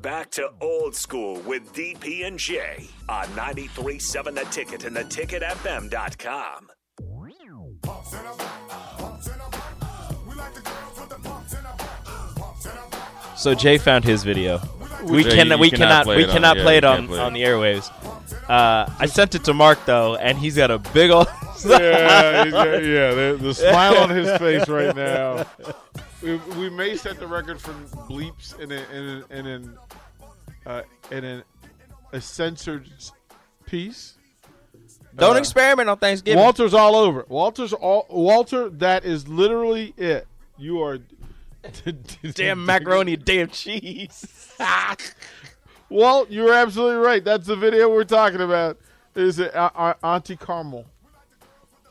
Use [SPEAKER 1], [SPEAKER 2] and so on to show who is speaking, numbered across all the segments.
[SPEAKER 1] Back to old school with DP and J on 93.7 The Ticket and theticketfm.com.
[SPEAKER 2] So Jay found his video. We
[SPEAKER 3] Yeah,
[SPEAKER 2] can
[SPEAKER 3] you-
[SPEAKER 2] we
[SPEAKER 3] you
[SPEAKER 2] cannot, we
[SPEAKER 3] it on-
[SPEAKER 2] cannot
[SPEAKER 3] yeah,
[SPEAKER 2] play
[SPEAKER 3] you
[SPEAKER 2] it
[SPEAKER 3] can't
[SPEAKER 2] on,
[SPEAKER 3] play it.
[SPEAKER 2] on the airwaves. Uh, I sent it to Mark though, and he's got a big old.
[SPEAKER 3] yeah, he's got- yeah, the, the smile on his face right now. We, we may set the record for bleeps in, a, in, an in an uh, in an a censored s- piece.
[SPEAKER 2] Don't experiment on Thanksgiving.
[SPEAKER 3] Walter's all over. Walter's all Walter. That is literally it. You are
[SPEAKER 2] damn macaroni, and damn cheese.
[SPEAKER 3] Walt, you're absolutely right. That's the video we're talking about. Is it uh, uh, Auntie Carmel?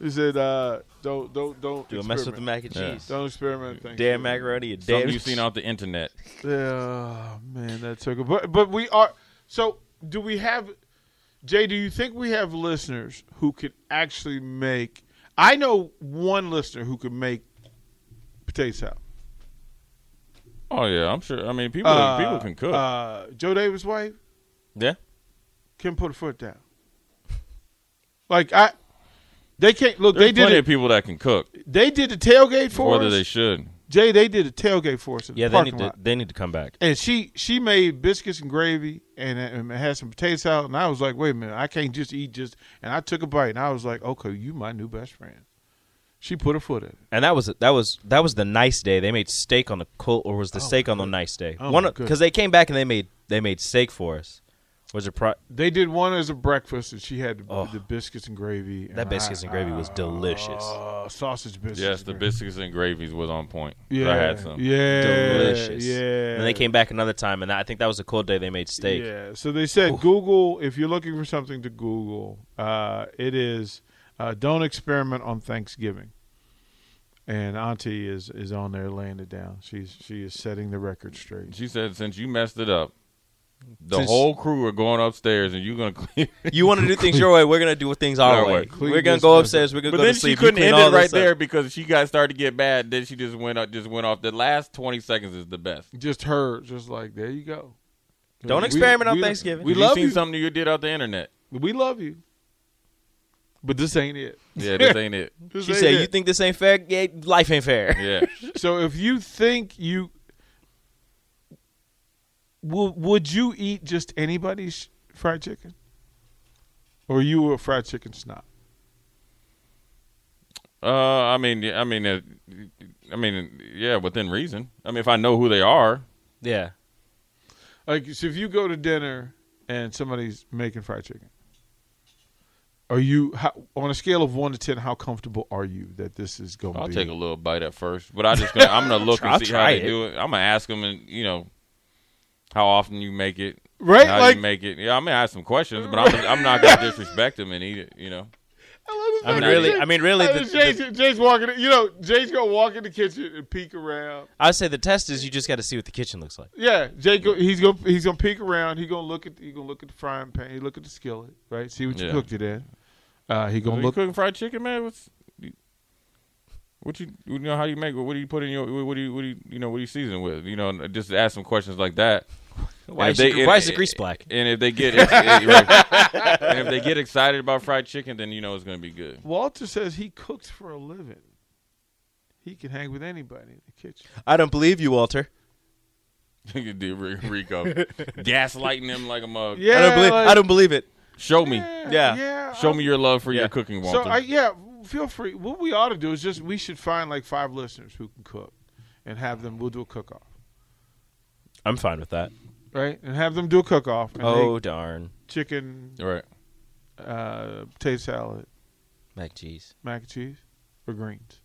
[SPEAKER 3] Is it uh, don't don't don't
[SPEAKER 2] Do a mess with the
[SPEAKER 3] experiment.
[SPEAKER 2] mac and
[SPEAKER 3] Yeah.
[SPEAKER 2] cheese.
[SPEAKER 3] Don't experiment. Thank
[SPEAKER 2] Damn macaroni, and damn.
[SPEAKER 4] Something you've seen off the internet.
[SPEAKER 3] Yeah, oh, man, that's so good. But but we are. So do we have? Jay, do you think we have listeners who could actually make? I know one listener who could make potato salad.
[SPEAKER 4] Oh yeah, I'm sure. I mean, people
[SPEAKER 3] Uh,
[SPEAKER 4] people can cook.
[SPEAKER 3] Uh, Joe Davis' wife
[SPEAKER 4] yeah,
[SPEAKER 3] can put a foot down. Like I, they can't look.
[SPEAKER 4] there's
[SPEAKER 3] they did
[SPEAKER 4] plenty
[SPEAKER 3] it.
[SPEAKER 4] of people that can cook.
[SPEAKER 3] They did the tailgate for
[SPEAKER 4] Whether
[SPEAKER 3] us.
[SPEAKER 4] they should.
[SPEAKER 3] Jay, they did a tailgate for us. In
[SPEAKER 2] yeah,
[SPEAKER 3] the
[SPEAKER 2] they
[SPEAKER 3] parking
[SPEAKER 2] need to
[SPEAKER 3] lot.
[SPEAKER 2] they need to come back.
[SPEAKER 3] and she she made biscuits and gravy and, and had some potato salad and I was like, wait a minute, I can't just eat just. And I took a bite and I was like, okay, you my new best friend. She put her foot in. it.
[SPEAKER 2] And that was that was that was the nice day. They made steak on the cold, or was the steak on the nice day?
[SPEAKER 3] Oh,
[SPEAKER 2] One
[SPEAKER 3] my goodness.
[SPEAKER 2] because they came back and they made they made steak for us. Was a pro-
[SPEAKER 3] They did one as a breakfast and she had the,
[SPEAKER 2] Oh.
[SPEAKER 3] the biscuits and gravy. And
[SPEAKER 2] that biscuits and gravy was delicious.
[SPEAKER 3] I- uh, sausage biscuits.
[SPEAKER 4] Yes,
[SPEAKER 3] and
[SPEAKER 4] the
[SPEAKER 3] gravy.
[SPEAKER 4] biscuits and gravies was on point.
[SPEAKER 3] Yeah,
[SPEAKER 4] I had some.
[SPEAKER 3] Yeah,
[SPEAKER 2] delicious.
[SPEAKER 3] Yeah,
[SPEAKER 2] And they came back another time, and I think that was a cold day. They made steak.
[SPEAKER 3] Yeah. So they said Google. If you're looking for something to Google, uh, it is uh, don't experiment on Thanksgiving. And Auntie is is on there laying it down. She's she is setting the record straight.
[SPEAKER 4] She said, since you messed it up, the
[SPEAKER 3] Since-
[SPEAKER 4] whole crew are going upstairs, and you're gonna clean.
[SPEAKER 2] You want to do things your way? We're gonna do things our,
[SPEAKER 4] Our
[SPEAKER 2] way.
[SPEAKER 4] way.
[SPEAKER 3] Clean
[SPEAKER 2] We're gonna
[SPEAKER 3] this
[SPEAKER 2] go
[SPEAKER 3] mess up.
[SPEAKER 2] upstairs. We're gonna
[SPEAKER 4] But
[SPEAKER 2] go
[SPEAKER 4] then
[SPEAKER 2] to
[SPEAKER 4] she
[SPEAKER 2] sleep.
[SPEAKER 4] couldn't
[SPEAKER 2] you clean
[SPEAKER 4] end it
[SPEAKER 2] all this
[SPEAKER 4] right there
[SPEAKER 2] up.
[SPEAKER 4] because she got started to get bad. Then she just went up, just went off. The last twenty seconds is the best.
[SPEAKER 3] Just her, just like there you go.
[SPEAKER 2] Don't
[SPEAKER 3] We-
[SPEAKER 2] experiment on
[SPEAKER 3] we-
[SPEAKER 2] Thanksgiving.
[SPEAKER 3] We
[SPEAKER 4] Have
[SPEAKER 3] love
[SPEAKER 4] seen
[SPEAKER 3] you.
[SPEAKER 4] Something you did off the internet.
[SPEAKER 3] We love you. But this ain't it.
[SPEAKER 4] Yeah, this ain't it.
[SPEAKER 3] This
[SPEAKER 2] She
[SPEAKER 3] ain't
[SPEAKER 2] said,
[SPEAKER 3] it.
[SPEAKER 2] "You think this ain't fair? Yeah, life ain't fair."
[SPEAKER 4] Yeah,
[SPEAKER 3] So if you think you would would you eat just anybody's fried chicken? Or you were a fried chicken snob?
[SPEAKER 4] uh, I mean, yeah, I mean, uh, I mean, yeah, within reason. I mean, if I know who they are,
[SPEAKER 2] Yeah.
[SPEAKER 3] Like so if you go to dinner and somebody's making fried chicken. Are you how, on a scale of 1 to 10 how comfortable are you that this is going
[SPEAKER 4] I'll
[SPEAKER 3] to be?
[SPEAKER 4] take a little bite at first, but I just gonna, I'm gonna look
[SPEAKER 2] I'll
[SPEAKER 4] and see how
[SPEAKER 2] try
[SPEAKER 4] they
[SPEAKER 2] it.
[SPEAKER 4] do it. I'm gonna ask them, and you know, how often you make it,
[SPEAKER 3] Right,
[SPEAKER 4] How
[SPEAKER 3] like-
[SPEAKER 4] you make it. Yeah, I'm gonna ask some questions, but I'm, I'm not gonna disrespect them and eat it. You know,
[SPEAKER 3] I
[SPEAKER 2] I
[SPEAKER 3] love
[SPEAKER 2] mean,
[SPEAKER 3] this
[SPEAKER 2] really.
[SPEAKER 3] idea.
[SPEAKER 2] I mean, really.
[SPEAKER 3] Uh,
[SPEAKER 2] The,
[SPEAKER 3] Jay's,
[SPEAKER 2] the,
[SPEAKER 3] Jay's walking. You know, Jay's gonna walk in the kitchen and peek around.
[SPEAKER 2] I would say the test is you just got to see what the kitchen looks like.
[SPEAKER 3] Yeah, Jake. go- He's gonna he's gonna peek around. He gonna look at he gonna look at the frying pan. He look at the skillet, right? See what you
[SPEAKER 4] Yeah.
[SPEAKER 3] cooked it in. Uh, he
[SPEAKER 4] Are
[SPEAKER 3] gonna
[SPEAKER 4] you
[SPEAKER 3] look.
[SPEAKER 4] cooking fried chicken, man? What's what you you know how you make it? What do you put in your what do you what do you you know what do you season with? You know, and just ask some questions like that.
[SPEAKER 2] Why
[SPEAKER 4] And
[SPEAKER 2] is,
[SPEAKER 4] if
[SPEAKER 2] the
[SPEAKER 4] they-
[SPEAKER 2] why is the grease black?
[SPEAKER 4] And if they get ex- right. and if they get excited about fried chicken, then you know it's gonna be good.
[SPEAKER 3] Walter says he cooks for a living. He can hang with anybody in the kitchen.
[SPEAKER 2] I don't believe you, Walter.
[SPEAKER 4] You did Rick- Rico gaslighting them like a mug.
[SPEAKER 3] Yeah,
[SPEAKER 2] I don't believe.
[SPEAKER 3] like-
[SPEAKER 2] I don't believe it.
[SPEAKER 4] Show me.
[SPEAKER 2] Yeah.
[SPEAKER 3] yeah.
[SPEAKER 4] Show me your love for
[SPEAKER 2] Yeah.
[SPEAKER 4] your cooking,
[SPEAKER 3] So
[SPEAKER 4] Walter.
[SPEAKER 3] I, yeah, feel free. What we ought to do is just we should find like five listeners who can cook, and have them. We'll do a cook off,
[SPEAKER 2] I'm fine with that.
[SPEAKER 3] right? And have them do a cook off.
[SPEAKER 2] Oh darn,
[SPEAKER 3] chicken,
[SPEAKER 4] All right.
[SPEAKER 3] uh, potato salad,
[SPEAKER 2] mac cheese,
[SPEAKER 3] mac and cheese, or greens.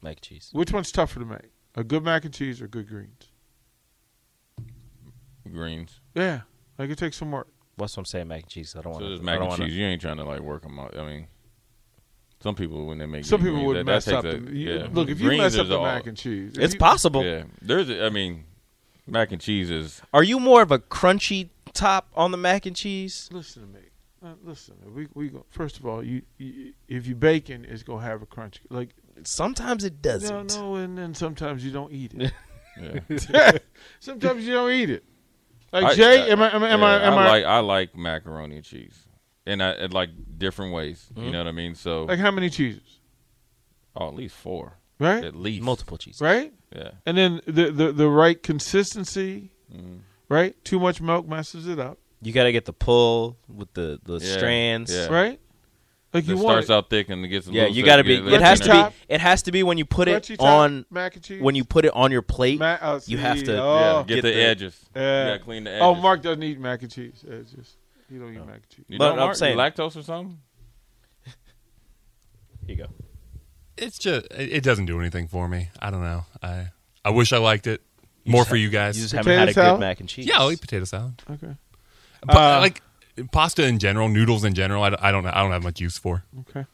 [SPEAKER 2] mac cheese.
[SPEAKER 3] Which one's tougher to make? A good mac and cheese or good greens?
[SPEAKER 4] Greens.
[SPEAKER 3] Yeah, like it takes some work.
[SPEAKER 2] What's what I'm saying? Mac and cheese. I don't want.
[SPEAKER 4] So there's
[SPEAKER 2] to.
[SPEAKER 4] mac
[SPEAKER 2] I don't
[SPEAKER 4] and
[SPEAKER 2] wanna-
[SPEAKER 4] cheese. You ain't trying to like work them out. I mean, some people when they make
[SPEAKER 3] Some
[SPEAKER 4] greens,
[SPEAKER 3] people would
[SPEAKER 4] that- that
[SPEAKER 3] mess
[SPEAKER 4] takes
[SPEAKER 3] up.
[SPEAKER 4] a-
[SPEAKER 3] the, you-
[SPEAKER 4] yeah.
[SPEAKER 3] Look, if you
[SPEAKER 4] Greens
[SPEAKER 3] mess up
[SPEAKER 4] is
[SPEAKER 3] the
[SPEAKER 4] all-
[SPEAKER 3] mac and cheese, if
[SPEAKER 2] It's
[SPEAKER 3] you-
[SPEAKER 2] possible.
[SPEAKER 4] Yeah, there's. A, I mean, mac and cheese is.
[SPEAKER 2] Are you more of a crunchy top on the mac and cheese?
[SPEAKER 3] Listen to me. Uh, listen, we we go, first of all, you, you if you baking, it's gonna have a crunch. Like
[SPEAKER 2] Sometimes it
[SPEAKER 3] no,
[SPEAKER 2] doesn't.
[SPEAKER 3] no, and then sometimes you don't eat it.
[SPEAKER 4] Yeah.
[SPEAKER 3] sometimes you don't eat it. Like
[SPEAKER 4] I-
[SPEAKER 3] Jay,
[SPEAKER 4] I-
[SPEAKER 3] am I am, I- am
[SPEAKER 4] yeah,
[SPEAKER 3] I am I,
[SPEAKER 4] like uh, I like macaroni and cheese, and I and like different ways.
[SPEAKER 3] Mm-hmm.
[SPEAKER 4] You know what I mean? So
[SPEAKER 3] like how many cheeses?
[SPEAKER 4] oh, at least four,
[SPEAKER 3] Right,
[SPEAKER 4] at least
[SPEAKER 2] Multiple cheese.
[SPEAKER 3] right,
[SPEAKER 4] Yeah,
[SPEAKER 3] and then the the, the right consistency.
[SPEAKER 4] Mm.
[SPEAKER 3] Right, too much milk messes it up.
[SPEAKER 2] You gotta get the pull with the the
[SPEAKER 4] Yeah,
[SPEAKER 2] strands.
[SPEAKER 4] yeah.
[SPEAKER 3] Right, like you
[SPEAKER 4] it
[SPEAKER 3] want
[SPEAKER 4] starts out thick and it gets. A
[SPEAKER 2] Yeah,
[SPEAKER 4] little
[SPEAKER 2] you
[SPEAKER 4] thick,
[SPEAKER 2] gotta be.
[SPEAKER 4] get
[SPEAKER 2] It
[SPEAKER 4] little
[SPEAKER 2] has
[SPEAKER 4] thinner.
[SPEAKER 2] to
[SPEAKER 3] top.
[SPEAKER 2] be. It has to be when you put it
[SPEAKER 3] Crunchy top,
[SPEAKER 2] on.
[SPEAKER 3] mac and cheese.
[SPEAKER 2] When you put it on your plate,
[SPEAKER 3] Ma- oh,
[SPEAKER 2] you have
[SPEAKER 3] see,
[SPEAKER 2] to.
[SPEAKER 3] oh.
[SPEAKER 4] Yeah, get,
[SPEAKER 2] get
[SPEAKER 4] the,
[SPEAKER 2] the-
[SPEAKER 4] edges.
[SPEAKER 3] Yeah.
[SPEAKER 4] you gotta clean the edges.
[SPEAKER 3] Oh, Mark doesn't eat mac and cheese. Uh, It's just he don't eat mac and cheese.
[SPEAKER 4] you
[SPEAKER 2] But
[SPEAKER 4] know,
[SPEAKER 2] I'm
[SPEAKER 4] Mark,
[SPEAKER 2] saying-
[SPEAKER 4] you lactose or something.
[SPEAKER 2] Here you go.
[SPEAKER 5] It's just it it doesn't do anything for me. I don't know. I I wish I liked it more
[SPEAKER 2] just
[SPEAKER 5] for
[SPEAKER 2] have-
[SPEAKER 5] you guys.
[SPEAKER 2] You just
[SPEAKER 3] Potato
[SPEAKER 2] haven't had a
[SPEAKER 3] salad?
[SPEAKER 2] good mac and cheese.
[SPEAKER 5] yeah, I'll eat potato salad.
[SPEAKER 3] Okay.
[SPEAKER 5] Pa-
[SPEAKER 2] Uh,
[SPEAKER 5] like pasta in general, noodles in general. I, d- I don't know. I don't have much use for.
[SPEAKER 3] Mm, Okay.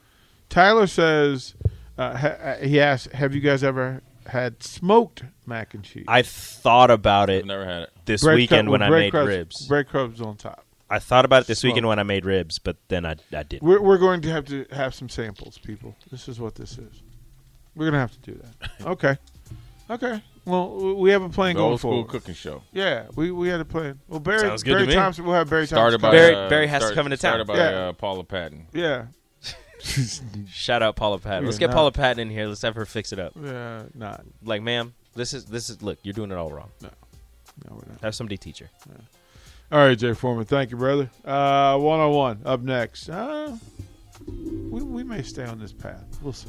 [SPEAKER 3] Tyler says uh, ha- uh, he asked, "Have you guys ever had smoked mac and cheese?"
[SPEAKER 2] I thought about
[SPEAKER 4] I've
[SPEAKER 2] it
[SPEAKER 4] never had it.
[SPEAKER 2] this
[SPEAKER 3] Bread
[SPEAKER 2] weekend
[SPEAKER 3] cru-
[SPEAKER 2] when I
[SPEAKER 3] bread
[SPEAKER 2] made
[SPEAKER 3] crumbs-
[SPEAKER 2] ribs.
[SPEAKER 3] Bread crumbs on top.
[SPEAKER 2] I thought about it this
[SPEAKER 3] Smoke.
[SPEAKER 2] weekend when I made ribs, but then I I did.
[SPEAKER 3] We're we're going to have to have some samples, people. This is what this is. We're gonna have to do that. Okay. Okay. Well, w- we have a plan
[SPEAKER 4] The
[SPEAKER 3] going
[SPEAKER 4] old school
[SPEAKER 3] forward.
[SPEAKER 4] cooking show.
[SPEAKER 3] Yeah, we, we had a plan. Well, Barry
[SPEAKER 2] Sounds good to
[SPEAKER 3] Barry
[SPEAKER 2] me.
[SPEAKER 3] Thompson. We'll have Barry
[SPEAKER 4] Started
[SPEAKER 3] Thompson.
[SPEAKER 4] by
[SPEAKER 2] Barry-
[SPEAKER 4] uh,
[SPEAKER 2] Barry has to
[SPEAKER 4] start-
[SPEAKER 2] come into town.
[SPEAKER 4] Started by
[SPEAKER 3] Yeah.
[SPEAKER 4] uh, Paula Patton.
[SPEAKER 3] yeah.
[SPEAKER 2] Shout out Paula Patton. Let's
[SPEAKER 3] Yeah,
[SPEAKER 2] get
[SPEAKER 3] nah.
[SPEAKER 2] Paula Patton in here. Let's have her fix it up.
[SPEAKER 3] Yeah. Not.
[SPEAKER 2] Like, ma'am, this is this is look. You're doing it all wrong.
[SPEAKER 3] No, we're not.
[SPEAKER 2] Have somebody teach her.
[SPEAKER 3] All right, Jay Foreman. Thank you, brother. Uh, one on one up next. Uh, we we may stay on this path. We'll see.